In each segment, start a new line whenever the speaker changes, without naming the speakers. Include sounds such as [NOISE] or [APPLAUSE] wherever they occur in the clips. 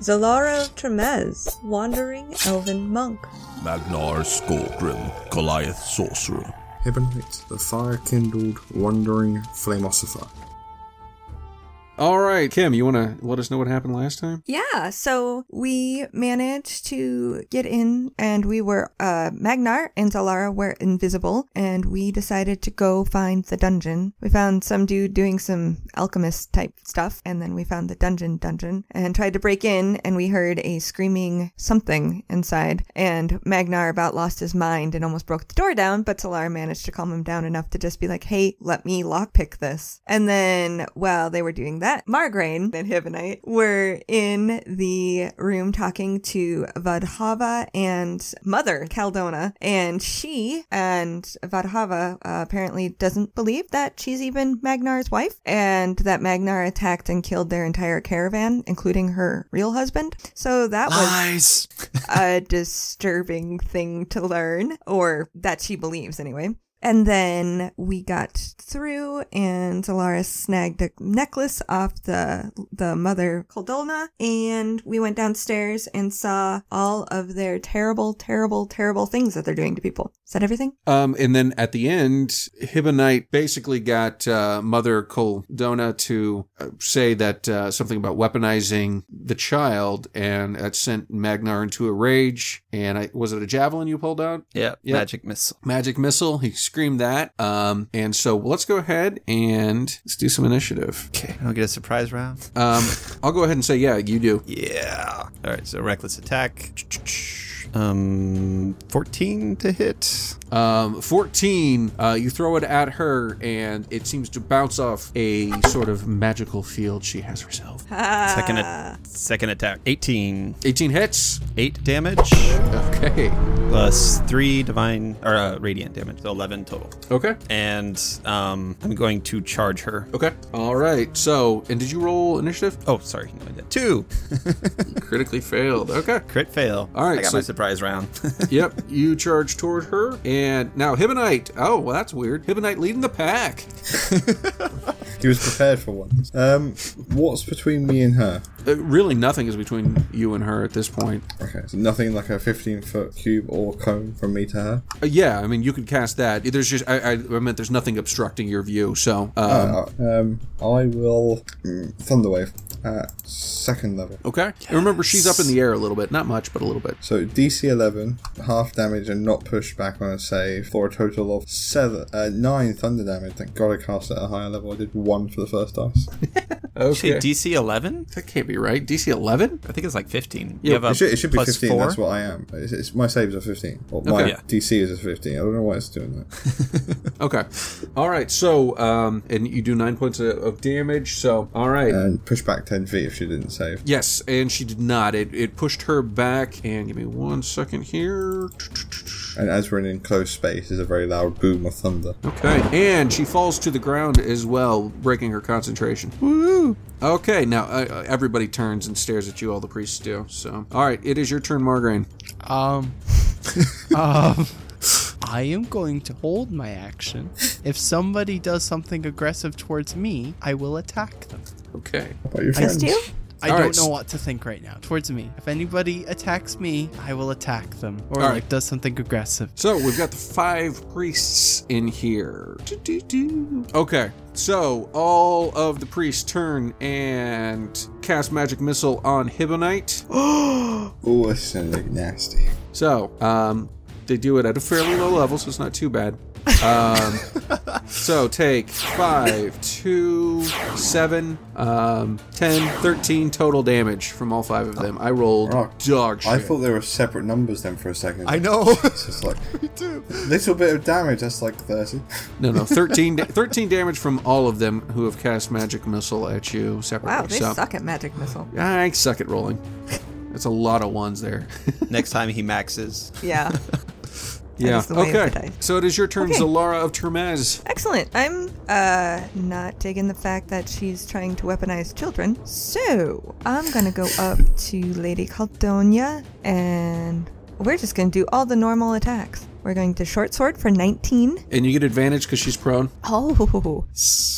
Zalaro Tremez, Wandering Elven Monk.
Magnar Skulgrim, Goliath Sorcerer.
Ebonite, the fire kindled, wandering flamosopher.
All right, Kim, you want to let us know what happened last time?
Yeah, so we managed to get in and we were, uh, Magnar and Zalara were invisible and we decided to go find the dungeon. We found some dude doing some alchemist type stuff and then we found the dungeon dungeon and tried to break in and we heard a screaming something inside and Magnar about lost his mind and almost broke the door down, but Zalara managed to calm him down enough to just be like, hey, let me lockpick this. And then while they were doing that, Margraine and Hibonite were in the room talking to Vadhava and Mother Caldona. And she and Vadhava uh, apparently doesn't believe that she's even Magnar's wife and that Magnar attacked and killed their entire caravan, including her real husband. So that was
Lies!
a disturbing thing to learn, or that she believes anyway. And then we got through, and Solaris snagged a necklace off the the mother Coldolna, and we went downstairs and saw all of their terrible, terrible, terrible things that they're doing to people. Is that everything?
Um, and then at the end, Hibonite basically got uh, Mother Coldona to uh, say that uh, something about weaponizing the child, and that sent Magnar into a rage. And I, was it a javelin you pulled out?
Yeah,
Yep.
magic missile.
Magic missile. He screamed that. Um, and so let's go ahead and let's do some initiative.
Okay, I'll get a
[LAUGHS]
surprise round.
Um, I'll go ahead and say, yeah, you do.
Yeah. All right, so reckless attack. Um, 14 to hit.
Um, 14, uh, you throw it at her, and it seems to bounce off a sort of magical field she has herself.
Second, a- second attack. 18.
18 hits.
Eight damage
Okay.
plus three divine or uh, radiant damage, so 11 total.
Okay.
And um, I'm going to charge her.
Okay. All right. So, and did you roll initiative?
Oh, sorry, no, I did two.
[LAUGHS] Critically failed. Okay.
Crit fail.
All right,
I got
so-
my surprise round. [LAUGHS]
yep. You charge toward her, and now Hibonite. Oh, well, that's weird. Hibonite leading the pack.
He was prepared for one. Um, what's between me and her?
Uh, really, nothing is between you and her at this point.
Okay, so nothing like a 15 foot cube or cone from me to her.
Uh, yeah, I mean, you could cast that. There's just, I, I, I meant there's nothing obstructing your view. So, uh,
Uh, um, I will mm, Thunderwave at second level.
okay. And remember, she's up in the air a little bit. Not much, but a little bit.
So DC 11, half damage and not pushed back on a save for a total of seven, uh, nine thunder damage. Thank God I cast at a higher level. I did one for the first dice.
Okay.
Actually, DC 11?
that can't be right. DC 11?
I think it's like 15.
Yeah,
you have a
It should, it should be
plus
15.
four.
That's what I am. It's, it's, my saves are 15. Well, my
Okay.
Yeah.
DC is a 15. I don't know why it's doing
[LAUGHS]
that.
Okay. All right. So, um, and you do nine points of, of damage. So, all right.
and push back 10 feet if she didn't save.
Yes, and she did not. It, it pushed her back. And give me one second here.
And as we're in an enclosed space, there's a very loud boom of thunder.
Okay. And she falls to the ground as well, breaking her concentration. Woo! Okay. Now uh, uh, everybody turns and stares at you. All the priests do. So, all right. It is your turn, Margarine. [LAUGHS]
Um. um. I am going to hold my action. If somebody does something aggressive towards me, I will attack them.
Okay.
What about your
I-
friends?
Do you?
I
All
don't
right.
know what to think right now. Towards me. If anybody attacks me, I will attack them. Or
All
like
right.
does something aggressive.
So we've got the five priests in here. Do-do-do. Okay, so all of the priests turn and cast magic missile on Hibonite.
Oh, this is gonna look nasty.
So um, they do it at a fairly low level, so it's not too bad. Um,
[LAUGHS]
so take five, two, seven, um, 10, 13 total damage from all five of them. I rolled
Oh.
dog shit.
I thought they were separate numbers then for a second.
I
[LAUGHS]
know. [LAUGHS]
It's just like little bit of damage. That's like thirty. [LAUGHS]
No, no, 13, da- 13 damage from all of them who have cast magic missile at you separately.
Wow, they
so.
suck at magic missile.
I suck at rolling. That's a lot of ones there. [LAUGHS]
Next time he maxes.
Yeah. That
yeah.
is the way of the
Okay.
dice.
So it is your turn,
Okay.
Zalara of Termez.
Excellent. I'm uh not digging the fact that she's trying to weaponize children. So I'm gonna go up to Lady Caldonia and we're just gonna do all the normal attacks. We're going to short sword for 19.
And you get advantage because she's prone.
Oh,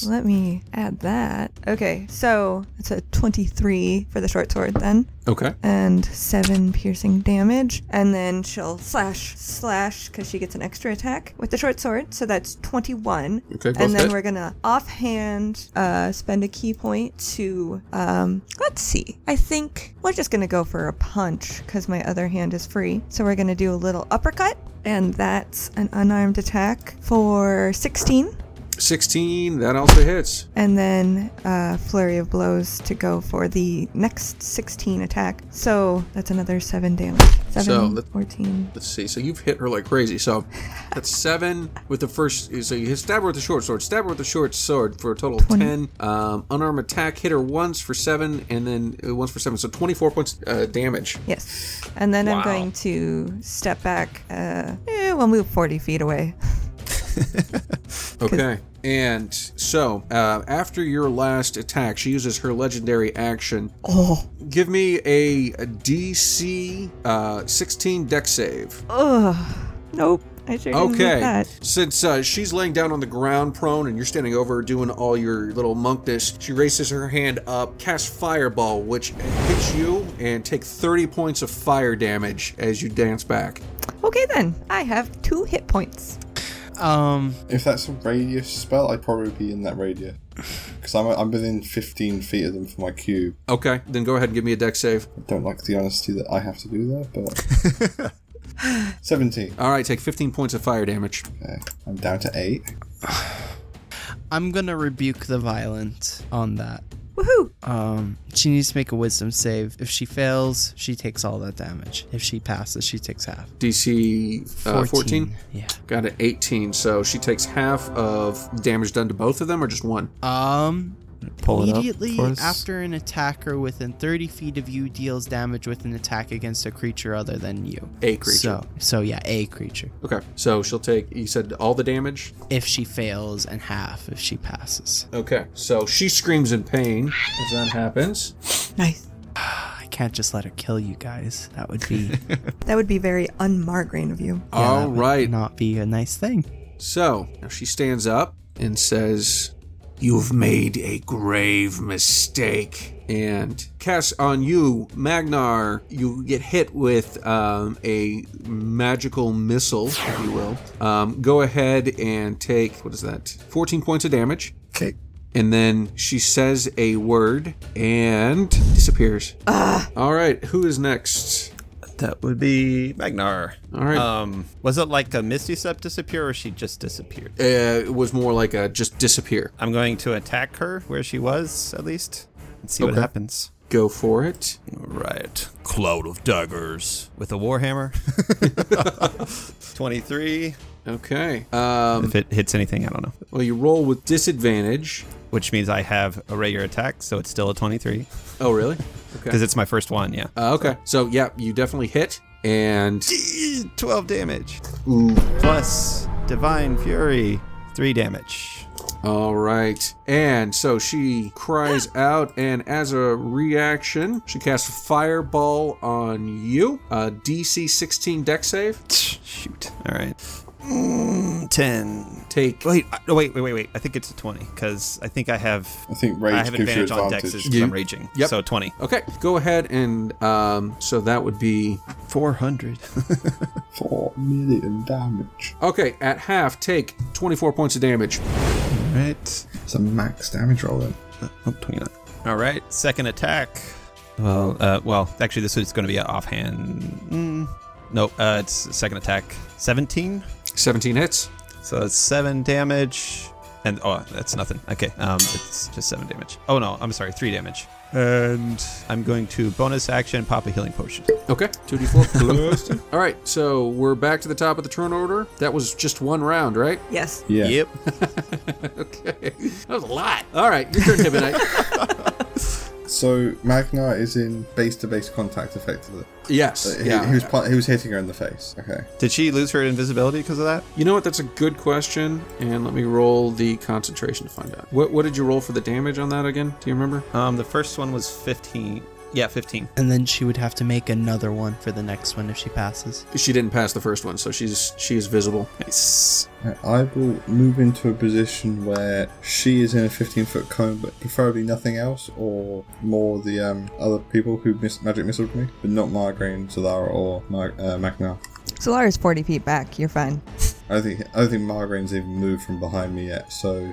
let me add that. Okay, so it's a 23 for the short sword then,
Okay.
and 7 piercing damage. And then she'll slash, slash, because she gets an extra attack with the short sword, so that's 21.
Okay, both
and then
hit.
we're gonna offhand uh, spend a key point to, um, let's see, I think we're just gonna go for a punch, because my other hand is free. So we're gonna do a little uppercut, and that's an unarmed attack for 16.
16. That also hits.
And then uh, flurry of blows to go for the next 16 attack. So that's another 7 damage. 7,
So that-
14.
Let's see. So you've hit her like crazy. So that's seven with the first. So you hit stab her with the short sword. Stab her with the short sword for a total of ten. Um, unarmed attack. Hit her once for seven, and then uh, once for seven. So twenty-four points uh, damage.
Yes. And then I'm going to step back. Uh, eh, we'll move 40 feet away.
Okay. And so uh, after your last attack, she uses her legendary action. Oh. Give me a, a DC uh, 16 deck save.
Nope. I sure didn't need
Okay.
that.
Since uh, she's laying down on the ground prone and you're standing over her doing all your little monkness, she raises her hand up, casts Fireball, which hits you and take 30 points of fire damage as you dance back.
Okay then. I have two hit points.
Um,
If that's a radius spell, I'd probably be in that radius. Because I'm, I'm within 15 feet of them for my cube.
Okay, then go ahead and give me a deck save.
I don't like the honesty that I have to do there, but. 17.
[LAUGHS]
All right, take 15 points of fire damage.
Okay. I'm down to 8.
I'm gonna rebuke the violent on that.
Woohoo!
Um, she needs to make a wisdom save. If she fails, she takes all that damage. If she passes, she takes half.
DC uh, 14.
Yeah.
Got an 18, so she takes half of damage done to both of them, or just one.
Um,
Pull it up
immediately
for us.
after an attacker within 30 feet of you deals damage with an attack against a creature other than you.
A creature.
So, so yeah, a creature.
Okay, so she'll take. You said all the damage.
If she fails, and half if she passes.
Okay, so she screams in pain as that happens.
Nice.
I can't just let her kill you guys. That would be
[LAUGHS]
[LAUGHS] yeah,
That would be very un-Margrain of you.
all
that would
right,
not be a nice thing.
so now she stands up and says, "You've made a grave mistake." And cast on you, Magnar. You get hit with um, a magical missile, if you will. Um, go ahead and take what is that? Fourteen points of damage.
Okay.
And then she says a word and disappears. All right, who is next?
That would be Magnar.
All right.
Um, was it like a Misty Step disappear or she just disappeared?
Uh, it was more like a just disappear.
I'm going to attack her where she was, at least, and see what
Okay.
happens.
Go for it.
Right. Cloud of daggers. With a warhammer. [LAUGHS] 23.
Okay. Um,
If it hits anything, I don't know.
well, you roll with disadvantage.
Which means I have a regular attack, so it's still a 23.
Oh, really? Okay.
Because it's my first one, yeah.
Uh, okay. So, yeah, you definitely hit. And
12 damage. Plus Divine Fury. 3 damage.
all right. And so she cries out, and as a reaction, she casts Fireball on you. Uh, DC 16 deck save.
Shoot. All right. Mm, 10.
Take
Wait, I- no, wait, wait, wait, wait. I think it's a 20 because I think I have
I think rage
I have
gives you
advantage on
advantage.
dexes because
You-
I'm raging.
Yep.
So 20.
Okay, go ahead and um, so that would be
[LAUGHS] 400.
4 million damage.
okay. At half, take twenty-four points of damage.
right.
It's a max damage roll then.
Oh, 29. All right. Second attack. Well, uh, well, actually, this is going to be an offhand. Mm, no, uh, it's second attack. 17.
Seventeen hits.
So that's seven damage. And oh, that's nothing. Okay, um, it's just seven damage. Oh no, I'm sorry, three damage. And I'm going to bonus action pop a healing potion.
Okay, two d four. [LAUGHS] All right, so we're back to the top of the turn order. That was just one round, right? [LAUGHS]
Yes.
Yeah.
Yep.
[LAUGHS] Okay, that was a lot. All right, your turn, Hibonite.
So Magna is in base to base contact effectively.
Yes.
He,
yeah.
he was pl- he was hitting her in the face. Okay.
Did she lose her invisibility because of that?
You know what? That's a good question. And let me roll the concentration to find out. What, what did you roll for the damage on that again? Do you remember?
Um, the first one was 15. Yeah, 15.
And then she would have to make another one for the next one if she passes.
She didn't pass the first one, so she's she is visible.
Nice.
Uh, I will move into a position where she is in a 15 foot cone, but preferably nothing else, or more the um, other people who miss magic missiled me, but not Margarine, Solara, or Mar- uh, Magna.
Solara's 40 feet back. You're fine.
I don't think I don't think Margarine's even moved from behind me yet, so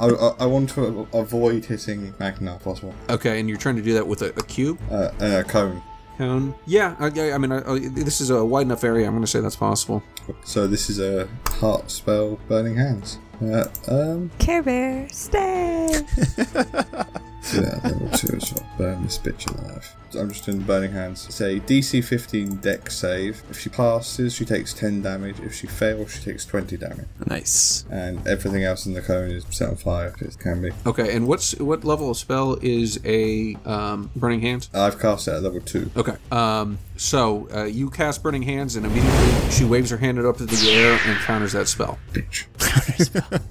I, I, I want to a- avoid hitting Magna if possible.
Okay, and you're trying to do that with a, a cube
Uh, uh, cone.
cone. Yeah. I, I mean, I, I, this is a wide enough area. I'm going to say that's possible.
So this is a heart spell, burning hands. Uh, um,
Care Bear, stay!
yeah, level two as well. Burn this bitch alive. I'm just doing burning hands. Say DC 15 deck save. If she passes, she takes 10 damage. If she fails, she takes 20 damage.
Nice.
And everything else in the cone is set on fire if it can be.
Okay. And what's what level of spell is a um, burning hands?
I've cast it at level two.
Okay. Um, so uh, you cast Burning Hands, and immediately she waves her hand up to the air and counters that spell.
Bitch.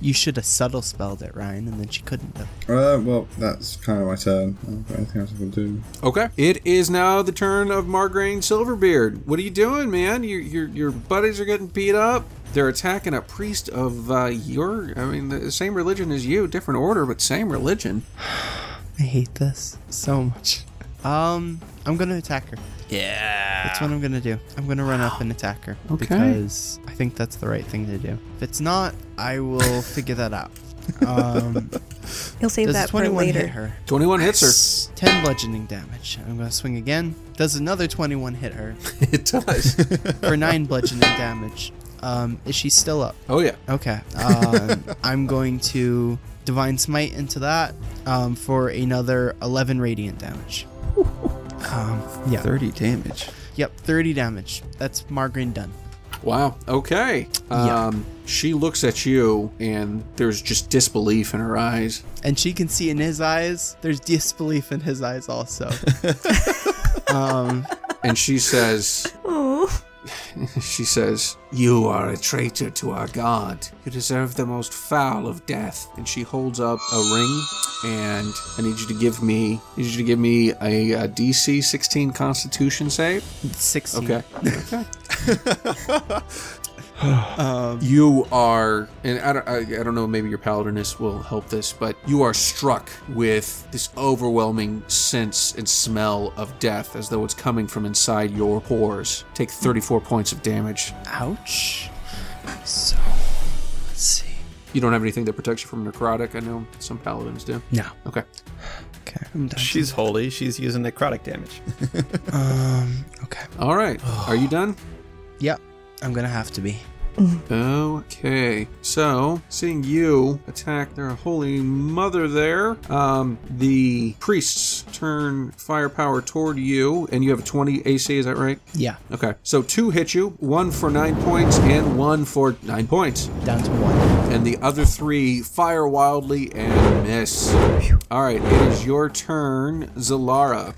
You should have subtle spelled it, Ryan, and then she couldn't have.
Uh, well, that's kind of my turn. I don't got anything else I can do.
Okay. It is now the turn of Margraine Silverbeard. What are you doing, man? Your your your buddies are getting beat up. They're attacking a priest of uh, your, I mean, the same religion as you, different order, but same religion.
I hate this so much. Um, I'm gonna attack her. Yeah. That's what I'm gonna do. I'm gonna run up and attack her.
Okay.
Because I think that's the right thing to do. If it's not, I
[LAUGHS]
will figure that out. Um,
He'll [LAUGHS] save
does
that for
21
later.
hit her?
21 hits
10 bludgeoning damage. I'm gonna swing again. Does another 21 hit her
her. it does.
[LAUGHS]
for 9 bludgeoning damage? Um, is she still up?
[LAUGHS] Oh, yeah.
Okay. Um, I'm going to Divine Smite into that um, for another 11 radiant damage. Um, yeah.
30 damage.
Yep, 30 damage. That's Margarine done.
Wow. Okay. Um, She looks at you, and there's just disbelief in her eyes.
And she can see in his eyes, there's disbelief in his eyes also. um,
And she says,
Oh,
[LAUGHS] She says, You are a traitor to our God. You deserve the most foul of death. And she holds up a ring and I need you to give me I need you to give me a, uh DC 16 constitution save.
16.
Okay. [LAUGHS]
Um,
You are and I don't, I, I don't know maybe your paladiness will help this, but you are struck with this overwhelming sense and smell of death as though it's coming from inside your pores. Take 34 points of damage.
ouch. So, let's see.
You don't have anything that protects you from necrotic. I know some paladins do.
No.
Okay.
Okay, I'm done.
She's holy. She's using necrotic damage.
Um, okay.
All right. Are you done?
Yep, I'm gonna have to be.
Okay. So, seeing you attack their holy mother there, um, the priests turn firepower toward you, and you have a 20 AC, is that right?
Yeah,
Okay. So, two hit you one for nine points, and one for nine points.
down to one.
And the other three fire wildly and miss. All right. It is your turn, Zalara.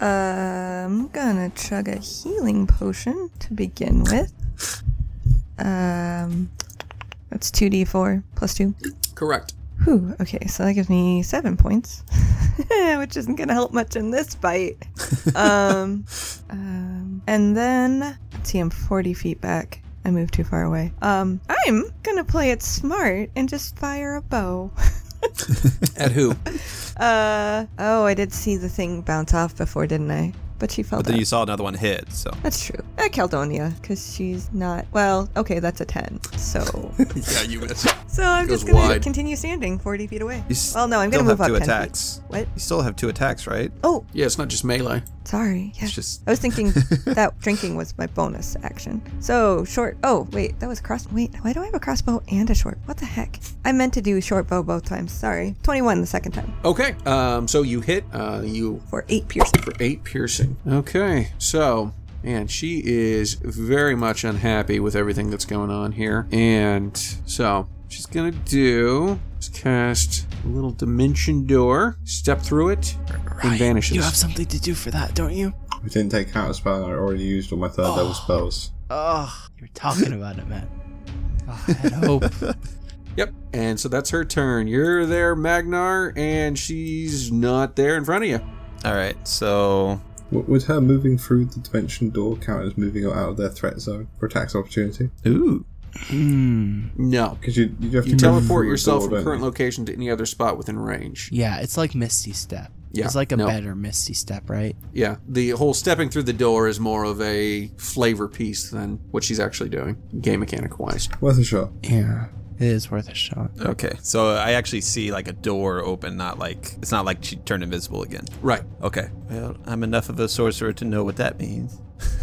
I'm Um, gonna chug a healing potion to begin with. Um, that's 2d4 plus 2.
Correct.
Whew, okay, so that gives me 7 points, [LAUGHS] which isn't gonna help much in this fight. um, um, and then, let's see, I'm 40 feet back. I moved too far away. Um, I'm gonna play it smart and just fire a bow.
At who?
[LAUGHS] Uh oh, I did see the thing bounce off before, didn't I? But she fell
[LAUGHS] But then
down.
you saw another one hit, so.
That's true. At Caldonia, because she's not. Well, okay, that's a ten. So,
Yeah, you miss.
so I'm
Goes
just gonna
wide.
continue standing forty feet away.
You s-
Well, no, I'm gonna
still
move
have
up
two
ten
attacks.
feet. What?
You still have two attacks, right?
Oh,
Yeah, it's not just melee.
sorry. Yeah.
It's just
I was thinking
[LAUGHS]
that drinking was my bonus action. So short. Oh wait, that was cross. Wait, why do I have a crossbow and a short? What the heck? I meant to do short bow both times. Sorry. Twenty-one the second time
Okay. Um, so you hit. Uh, you
for eight piercing.
for eight piercing. Okay, so man, she is very much unhappy with everything that's going on here, and so she's gonna do is cast a little dimension door, step through it, and vanishes.
You have something to do for that, don't you?
I didn't take counter spell, and I already used all my third level spells.
Oh, you were talking about it, man. Oh, [LAUGHS] I had hope.
Yep. And so that's her turn. You're there, Magnar, and she's not there in front of you.
All right, so
W- would her moving through the dimension door count as moving her out of their threat zone for attacks of opportunity?
ooh,
Hmm.
No.
Because you, you have to
You
move
teleport
through a
yourself
door,
from
don't
current
you?
location to any other spot within range.
Yeah, it's like Misty Step.
Yeah,
it's like a
no.
better Misty Step, right?
Yeah. The whole stepping through the door is more of a flavor piece than what she's actually doing, game mechanic wise.
Worth a shot.
Yeah, it is worth a shot.
okay. So I actually see like a door open, not like it's not like she turned invisible again.
Right.
Okay. Well, I'm enough of a sorcerer to know what that means. [LAUGHS]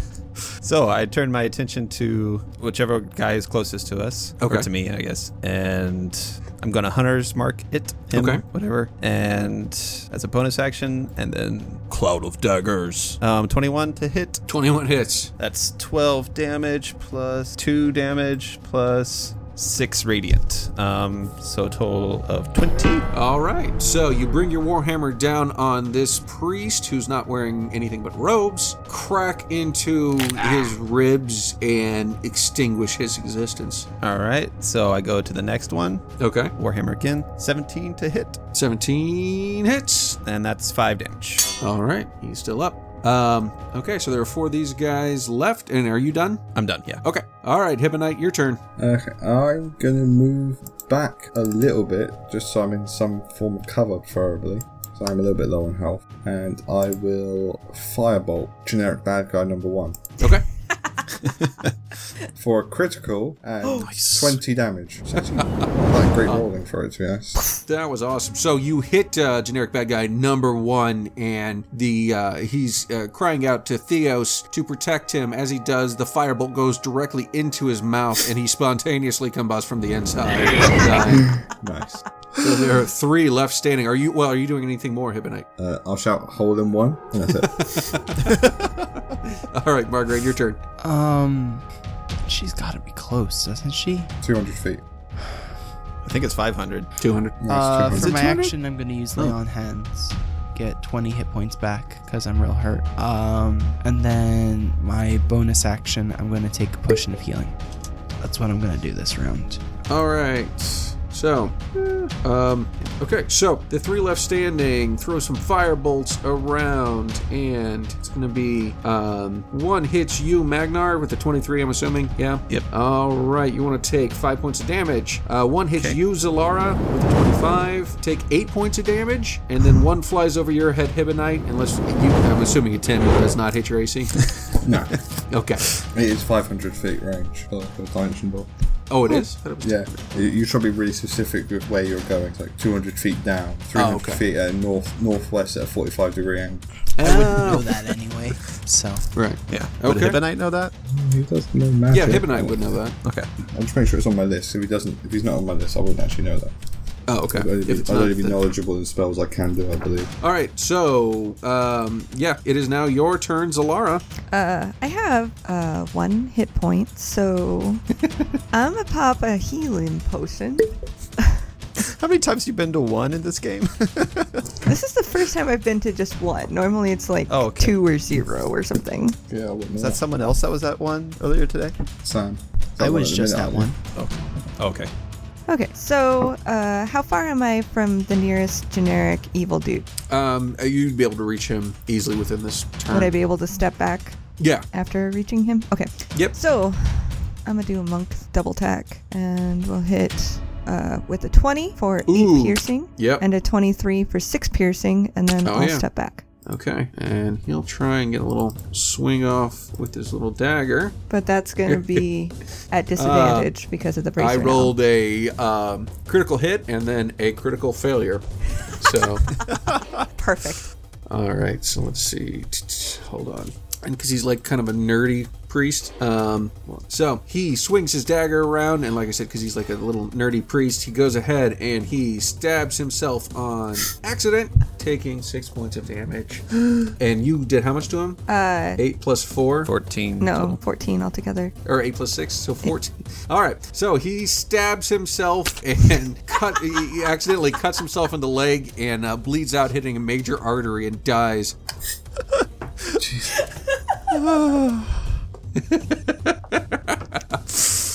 so I turn my attention to whichever guy is closest to us, or
Okay.
to me, I guess, and I'm gonna hunter's mark it, him,
Okay.
whatever, and as a bonus action, and then
Cloud of daggers.
um, 21 to hit.
21 hits.
That's 12 damage plus 2 damage plus 6 radiant. Um, so a total of 20.
All right. So you bring your warhammer down on this priest who's not wearing anything but robes, crack into his ribs, and extinguish his existence.
All right, so I go to the next one.
Okay.
Warhammer again. 17 to hit,
17 hits.
and that's 5 damage.
All right, he's still up. Um, okay, so there are four of these guys left, and are you done?
I'm done, yeah.
Okay. All right, Hibonite, your [LAUGHS] turn.
Okay, I'm gonna move back a little bit, just so I'm in some form of cover, preferably. So I'm a little bit low on health, and I will firebolt generic bad guy number one
Okay.
for a critical and
[GASPS]
20 damage. It's actually not that great rolling for it, to be honest.
That was awesome. So you hit uh, generic bad guy number one, and the uh, he's uh, crying out to Theos to protect him. As he does, the firebolt goes directly into his mouth, and he spontaneously combusts from the inside. Dying.
Nice.
so there are three left standing. Are you well? Are you doing anything more, Hibonite? [LAUGHS]
Uh, I'll shout hold him one, and that's it.
All right, Margaret, your turn.
Um, she's got to be close, doesn't she?
200 feet.
I think it's 500.
Two hundred.
Uh,
Nice,
for
200.
my action, I'm gonna use lay on hands, get 20 hit points back because I'm real hurt. Um, and then my bonus action, I'm gonna take a potion of healing. That's what I'm gonna do this round.
All right. So, um, okay. So the three left standing throw some firebolts around, and it's going to be um, one hits you, Magnar, with the 23. I'm assuming. Yeah.
Yep.
All right. You want to take five points of damage. Uh, one hits you, Zalara, with the 25. Take eight points of damage, and then one flies over your head, Hibonite. Unless you, I'm assuming a 10 does not hit your AC.
No,
okay.
it is 500 feet range for the dimension ball.
Oh, it is. I thought it was
Yeah, you- you should be really specific with where you're going. It's like 200 feet down, 300
Oh, okay.
feet at north northwest at a 45 degree angle.
I wouldn't know [LAUGHS] that anyway. [LAUGHS] So
Right.
Yeah.
Oh. Okay.
Would Hibonite know that?
He doesn't know magic.
Yeah, Hibonite would know that.
Okay.
I'm just making sure it's on my list. If he doesn't, if he's not on my list, I wouldn't actually know that.
Oh, okay.
I'd only
If
be,
it's
I'd
not,
only be
then-
knowledgeable in spells I can do, I believe.
All right, so um, yeah, it is now your turn, Zalara.
Uh, I have uh, one hit point,
[LAUGHS]
so I'm gonna pop a healing potion.
How many times you been to one in this game? [LAUGHS]
This is the first time I've been to just one. Normally it's like
Oh, okay.
two or zero or something.
Yeah, I wouldn't know
Is that someone else that was at one earlier today?
that. Sam. Is that
I
the
was
minute,
just
aren't
at
you?
one.
Okay.
Okay, so uh, how far am I from the nearest generic evil dude?
Um, you'd be able to reach him easily within this turn.
Would I be able to step back
yeah.
after reaching him? Okay.
Yep.
So I'm gonna do a monk's double tack, and we'll hit uh, with a 20 for
Ooh.
eight piercing,
Yep.
and a 23 for six piercing, and then
Oh,
I'll
yeah.
step back.
Okay, and he'll try and get a little swing off with his little dagger.
But that's gonna
[LAUGHS]
be at disadvantage because of the bracer.
Uh, I
now.
rolled a um, critical hit and then a critical failure. So,
perfect.
all right. So let's see. Hold on. and because he's like kind of a nerdy priest. Um, so he swings his dagger around, and like I said, because he's like a little nerdy priest, he goes ahead and he stabs himself on accident, taking six points of [GASPS] damage. and you did how much to him? Uh, eight plus four.
14.
[LAUGHS]
No, 14 altogether.
or eight plus six, so fourteen. [LAUGHS] All right, so he stabs himself and [LAUGHS] cut. he accidentally cuts himself in the leg and uh, bleeds out, hitting a major artery, and dies.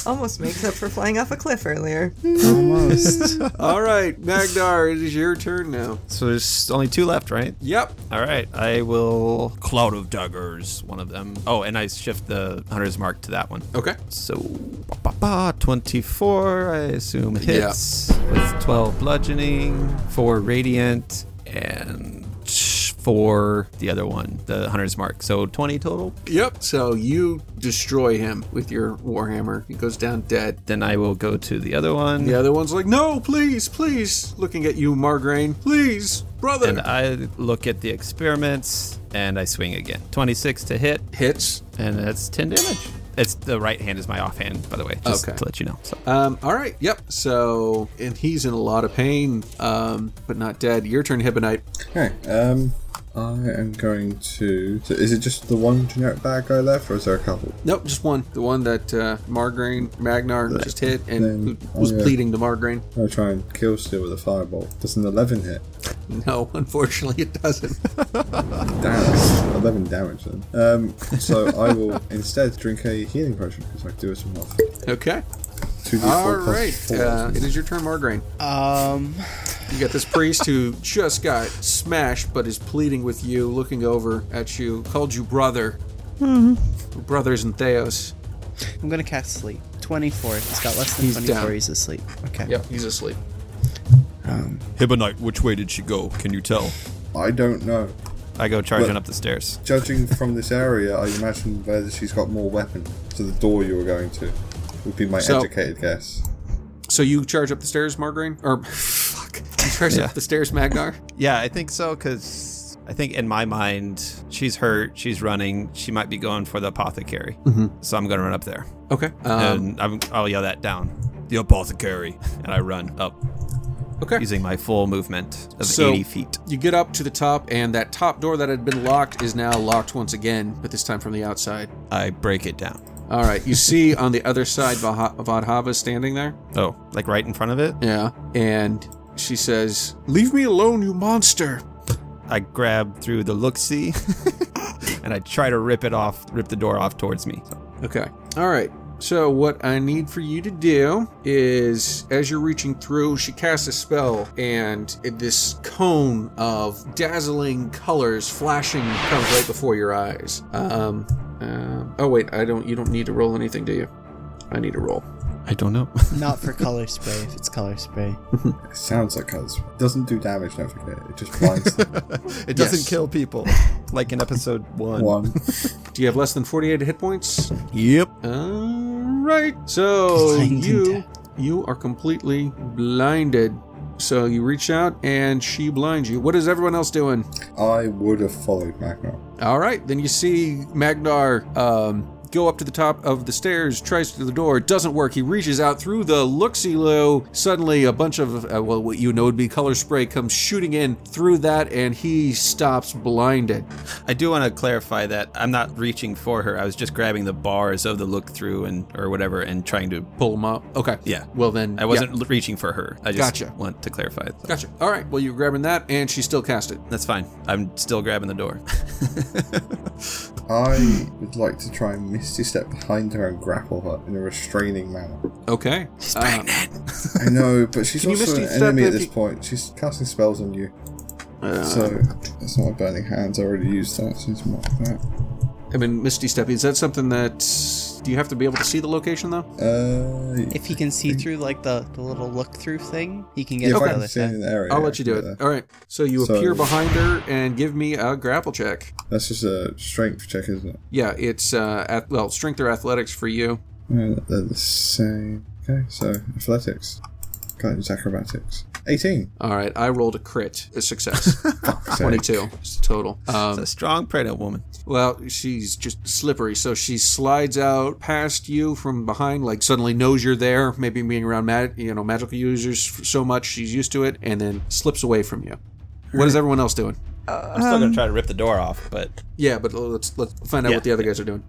Almost makes up for flying off a cliff earlier.
Almost.
All right, Magdar, it is your turn now.
So there's only two left, right?
Yep.
All right. I will cloud of daggers, one of them. Oh, and I shift the hunter's mark to that one.
Okay.
So ba, ba, ba, 24, I assume hits with 12 bludgeoning, 4 radiant, and 4 the other one, the hunter's mark. So 20 total.
Yep. So you destroy him with your warhammer. He goes down dead.
Then I will go to the other one.
The other one's like, "No, please, please!" Looking at you, Margraine. Please, brother.
And I look at the experiments and I swing again. 26 to hit,
Hits.
and that's 10 damage. It's the right hand is my offhand, by the way, just
Okay.
to let you know. So
Um, all right. Yep. So, and he's in a lot of pain, um, but not dead. Your turn, Hibonite.
Okay. Um, I am going to. So is it just the one generic bad guy left, or is there a couple?
Nope, just one. The one that uh, Margraine Magnar just hit and
then-
who was
oh, yeah.
pleading to Margraine.
I'm gonna try and kill still with a fireball. Does an 11 hit?
No, [LAUGHS] unfortunately, it doesn't.
Damn. 11 damage then. Um, so I will [LAUGHS] instead drink a healing potion because I do have some health.
okay.
2d4
All
plus
right.
4.
Uh, it is your turn, Margraine.
um,
You got this priest who just got smashed, but is pleading with you, looking over at you, called you brother. Brothers and Theos.
I'm gonna cast sleep. 24. He's got less than
He's
24.
down.
He's asleep. Okay.
Yep, he's asleep.
Hibonite, which way did she go? Can you tell?
I don't know.
I go charging
Well-
up the stairs.
Judging from this area, I imagine whether she's got more weapon to the door you were going to would be my
So-
educated guess.
So you charge up the stairs, Margraine? Or, fuck. You charge
Yeah.
up the stairs, Magnar?
Yeah, I think so, because I think in my mind, she's hurt, she's running, she might be going for the apothecary. So I'm going to run up there.
Okay. Um,
and I'm, I'll yell that down. The apothecary. And I run up
okay.
using my full movement of
So-
80 feet.
You get up to the top, and that top door that had been locked is now locked once again, but this time from the outside.
I break it down.
All right, you see on the other side Vaha- Vadhava standing there.
Oh, like right in front of it?
Yeah. And she says, Leave me alone, you monster.
I grab through the look see [LAUGHS] and I try to rip it off, rip the door off towards me.
Okay. All right. So, what I need for you to do is, as you're reaching through, she casts a spell, and it- this cone of dazzling colors flashing comes right before your eyes. Um, uh, oh wait, I don't. You don't need to roll anything, do you? I need to roll.
I don't know.
Not for color spray. If it's color spray.
It sounds like us. Doesn't do damage, don't forget. It just blinds
[LAUGHS]
them.
[LAUGHS] it doesn't
Yes.
kill people like in episode one.
one.
Do you have less than 48 hit points?
Yep.
All right. So
Blinded.
you you are completely blinded. So you reach out, and she blinds you. What is everyone else doing?
I would have followed Magnar.
All right, then you see Magnar um, go up to the top of the stairs, tries to the door, doesn't work. He reaches out through the looksy-loo. Suddenly, a bunch of uh, well, what you know would be color spray comes shooting in through that, and he stops blinded.
I do want to clarify that I'm not reaching for her. I was just grabbing the bars of the look through and or whatever and trying to.
Pull him up. Okay.
Yeah.
Well, then
I wasn't l reaching for her. I just
Gotcha.
want to clarify. it.
yeah. Gotcha. All right. Well, you're grabbing that, and she still cast it.
That's fine. I'm still grabbing the door. [LAUGHS]
I would like to try and misty step behind her and grapple her in a restraining manner.
Okay. She's pregnant.
I know, but she's
Can you
also
misty
an
step
enemy
if
at this
you- Uh,
point. She's casting spells on you. so that's not my burning hands. I already used that, so it's more like
I mean, Misty Steppy, is that something that? Do you have to be able to see the location though?
that. Uh,
If he can
[LAUGHS]
see through like the, the little look through thing, he can get
yeah,
a
if I
photo
can
with
see in
that.
the area.
I'll let you do
yeah.
it. All right. So you
So-
appear behind her and give me a grapple check.
That's just a strength check, isn't it?
Yeah, it's uh, at, well, strength or athletics for you.
Uh, They're the same. Okay, so athletics. Guidance acrobatics. 18.
All right, I rolled a crit, a
[LAUGHS]
success. [LAUGHS] Ah, 22 is the total.
It's
Um,
a strong pregnant woman.
well, she's just slippery, so she slides out past you from behind, like suddenly knows you're there, maybe being around mag- you know magical users f- so much she's used to it, and then slips away from you. What is everyone else doing?
I'm still
Um,
gonna try to rip the door off, but
Yeah, but let's let's find out
Yeah.
what the other guys are doing.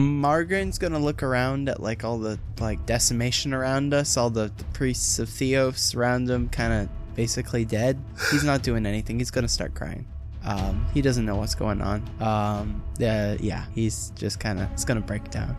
Margarin's gonna look around at like all the like decimation around us, all the, the priests of Theos around him, kind of basically dead. He's not doing anything. He's gonna start crying. Um, he doesn't know what's going on. Um, uh, yeah, he's just kind of it's gonna break down.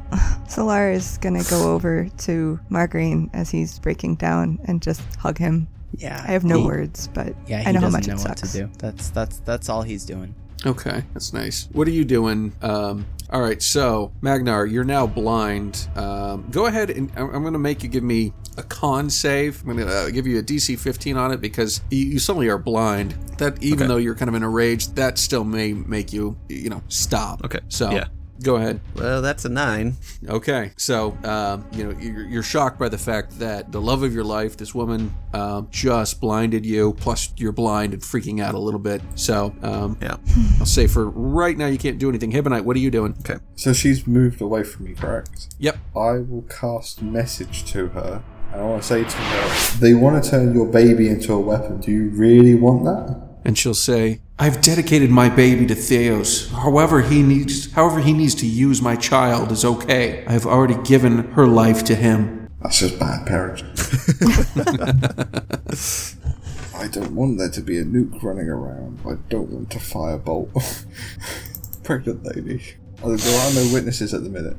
Solar is gonna go over to Margarine as he's breaking down and just hug him.
Yeah,
I have no
he-
words, but
Yeah, he
I know how
doesn't
much
know
it
what
sucks.
to do. That's that's that's all he's doing.
Okay, that's nice. What are you doing? Um, all right, so Magnar, you're now blind. Um, go ahead and I'm, I'm going to make you give me a con save. I'm going to uh, give you a DC 15 on it because you, you suddenly are blind. That even
Okay.
though you're kind of in a rage, that still may make you you know stop.
Okay,
so
yeah.
go ahead.
Well, that's a nine.
Okay, so um, you know you're, you're shocked by the fact that the love of your life, this woman, um, just blinded you. Plus, you're blind and freaking out a little bit. So, um,
Yeah.
I'll say for right now you can't do anything. Hibonite, what are you doing?
Okay.
So she's moved away from me, correct?
Yep.
I will cast message to her. And I want to say to her, they want to turn your baby into a weapon. Do you really want that?
And she'll say, "I've dedicated my baby to Theos. However he needs, however he needs to use my child is okay. I've already given her life to him."
That's just bad parenting. [LAUGHS] I don't want there to be a nuke running around. I don't want to firebolt. [LAUGHS] Pregnant lady. Although There are no witnesses at the [LAUGHS] minute.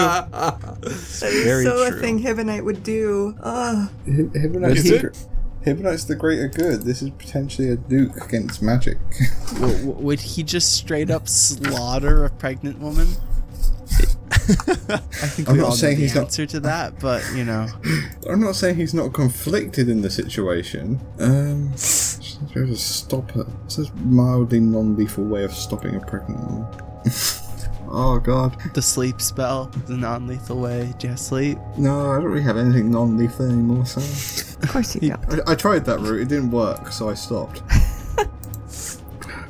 That is
Very
so
true.
a thing Hibonite would do. Ugh.
Hib- Hibonite's, the, gr- Hibonite's the greater good. This is potentially a nuke against magic. [LAUGHS]
W- w- would he just straight up slaughter a pregnant
[LAUGHS]
woman? I think
I'm
we
not
all know
saying
the
he's not-
answer to that, but you know,
I'm not saying he's not conflicted in the situation. Um, just be able to stop her. This is mildly non-lethal way of stopping a pregnant woman. [LAUGHS] oh god.
the sleep spell, the non-lethal way, just sleep.
No, I don't really have anything non-lethal anymore, so...
Of course you don't.
I, I tried that route. It didn't work, so I stopped.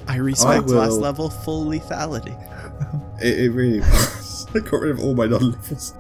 I respect last
will-
level full lethality.
It, it really was. [LAUGHS] I got rid of all my non-levels.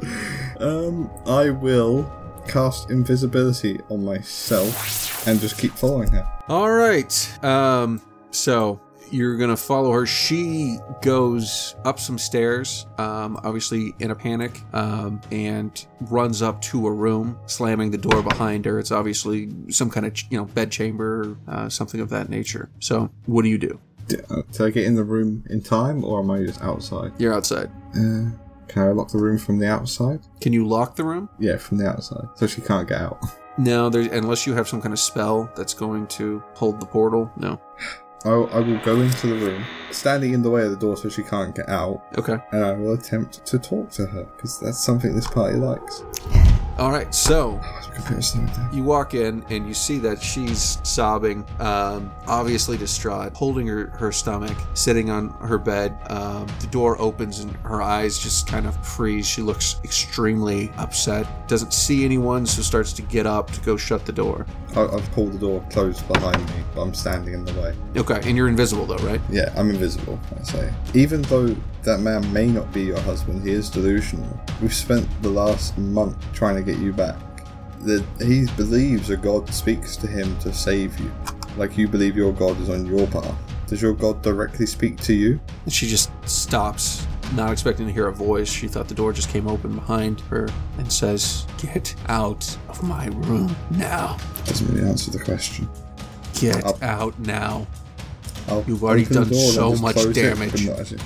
Um, I will cast invisibility on myself and just keep following her.
All right. Um, so you're gonna follow her. She goes up some stairs, um, obviously in a panic, um, and runs up to a room, slamming the door behind her. It's obviously some kind of you know bedchamber, uh, something of that nature. So what do you do?
D- uh, Did I get in the room in time, or am I just outside?
You're outside.
Uh, can I lock the room from the outside?
Can you lock the room?
Yeah, from the outside, so she can't get out.
No, there's, unless you have some kind of spell that's going to hold the portal. No.
I, I will go into the room, standing in the way of the door so she can't get out,
Okay.
and I will attempt to talk to her because that's something this party likes.
All right. So
Oh, the computer's slowing down.
You walk in and you see that she's sobbing, um, obviously distraught, holding her, her stomach, sitting on her bed. Um, the door opens and her eyes just kind of freeze. She looks extremely upset, doesn't see anyone, so starts to get up to go shut the door.
I, I've pulled the door closed behind me, but I'm standing in the way.
Okay, and you're invisible though, right?
Yeah, I'm invisible, I say. Even though that man may not be your husband, he is delusional. We've spent the last month trying to get you back. That he believes a god speaks to him to save you, like you believe your god is on your path. Does your god directly speak to you?
And she just stops, not expecting to hear a voice. She thought the door just came open behind her and says, Get out of my room now.
Doesn't really answer the question.
Get
Up.
out now.
I'll
Oh, You've already
open the
done
door and
so
I'll just
much
close it,
damage.
but not as it-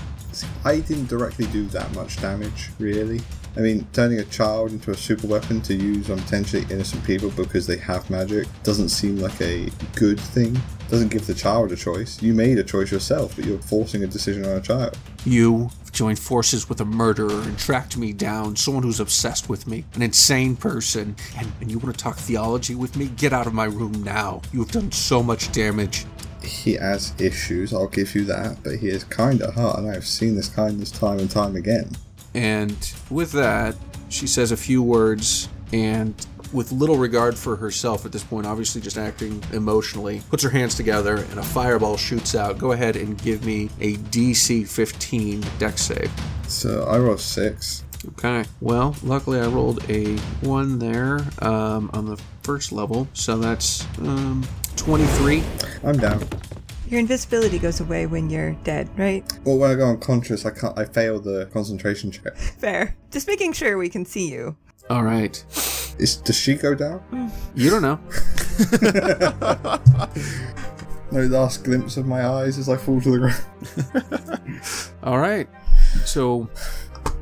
I didn't directly do that much damage, really. I mean, turning a child into a super weapon to use on potentially innocent people because they have magic doesn't seem like a good thing. Doesn't give the child a choice. You made a choice yourself, but you're forcing a decision on a child.
You have joined forces with a murderer and tracked me down, someone who's obsessed with me, an insane person, and, and you want to talk theology with me? Get out of my room now. You have done so much damage.
He has issues, I'll give you that, but he is kind at heart, and I have seen this kindness time and time again.
And with that, she says a few words and
with little regard for herself at this point, obviously just acting emotionally, puts her hands together and a fireball shoots out. Go ahead and give me a DC 15 deck save.
So I rolled six.
Okay. Well, luckily I rolled a one there um, on the first level, so that's um, 23.
I'm down.
Your invisibility goes away when you're dead, right?
Well, when I go unconscious, I can't. I fail the concentration check.
Fair. Just making sure we can see you.
All right.
Is does she go down?
You don't know.
No last glimpse of my eyes as I fall to the ground.
All right. So,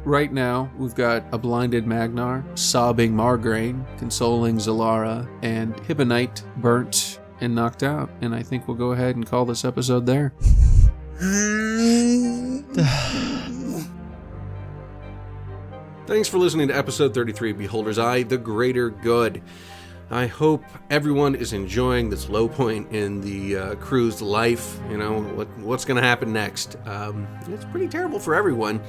right now, we've got a blinded Magnar, sobbing Margraine, consoling Zalara, and Hibonite burnt and knocked out. And I think we'll go ahead and call this episode there. Thanks for listening to episode 33 of Beholder's Eye, The Greater Good. I hope everyone is enjoying this low point in the uh, crew's life. You know, what, what's going to happen next? Um, it's pretty terrible for everyone.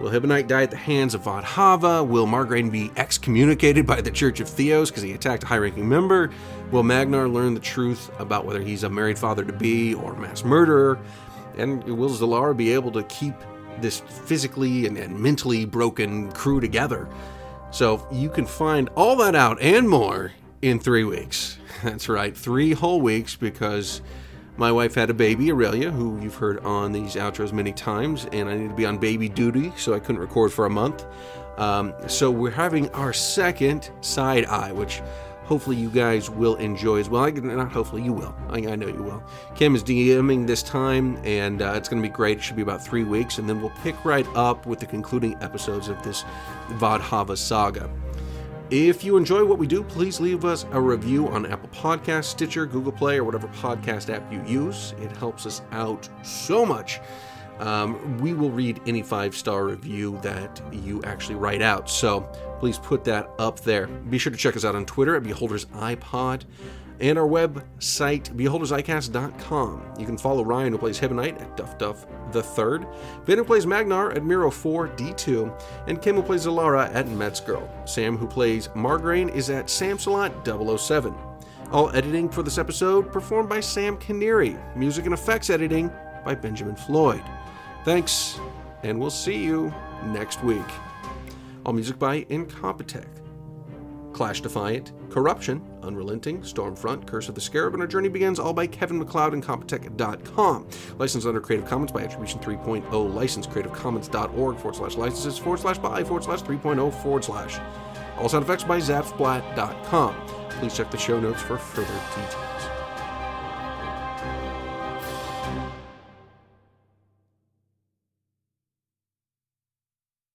Will Hibonite die at the hands of Vadhava? Will Margraine be excommunicated by the Church of Theos because he attacked a high ranking member? Will Magnar learn the truth about whether he's a married father to be or mass murderer? And will Zalara be able to keep this physically and, and mentally broken crew together? So you can find all that out and more in three weeks. [LAUGHS] That's right, three whole weeks because my wife had a baby, Aurelia, who you've heard on these outros many times, and I need to be on baby duty, so I couldn't record for a month. Um, so we're having our second side eye, which hopefully you guys will enjoy as well. I, not hopefully, you will. I, I know you will. Kim is DMing this time, and uh, it's going to be great. It should be about three weeks, and then we'll pick right up with the concluding episodes of this Vadhava saga. If you enjoy what we do, please leave us a review on Apple Podcasts, Stitcher, Google Play, or whatever podcast app you use. It helps us out so much. Um, we will read any five star review that you actually write out. So please put that up there. Be sure to check us out on Twitter at Beholders iPod and our website, beholdersicast.com. You can follow Ryan, who plays Hibonite, at Duff Duff the Third, Ben, who plays Magnar, at Miro4D2, and Kim, who plays Zalara, at Metzgirl. Sam, who plays Margarine, is at Samsalot007. All editing for this episode performed by Sam Canary. Music and effects editing by Benjamin Floyd. Thanks, and we'll see you next week. All music by Incompetech. Clash Defiant, Corruption, Unrelenting, Stormfront, Curse of the Scarab, and Our Journey Begins, all by Kevin McLeod and Comptech.com. Licensed under Creative Commons by Attribution oh. 3.0, license creativecommons.org forward slash licenses forward slash by forward slash 3.0 forward slash. All sound effects by Zapsplat.com. Please check the show notes for further details.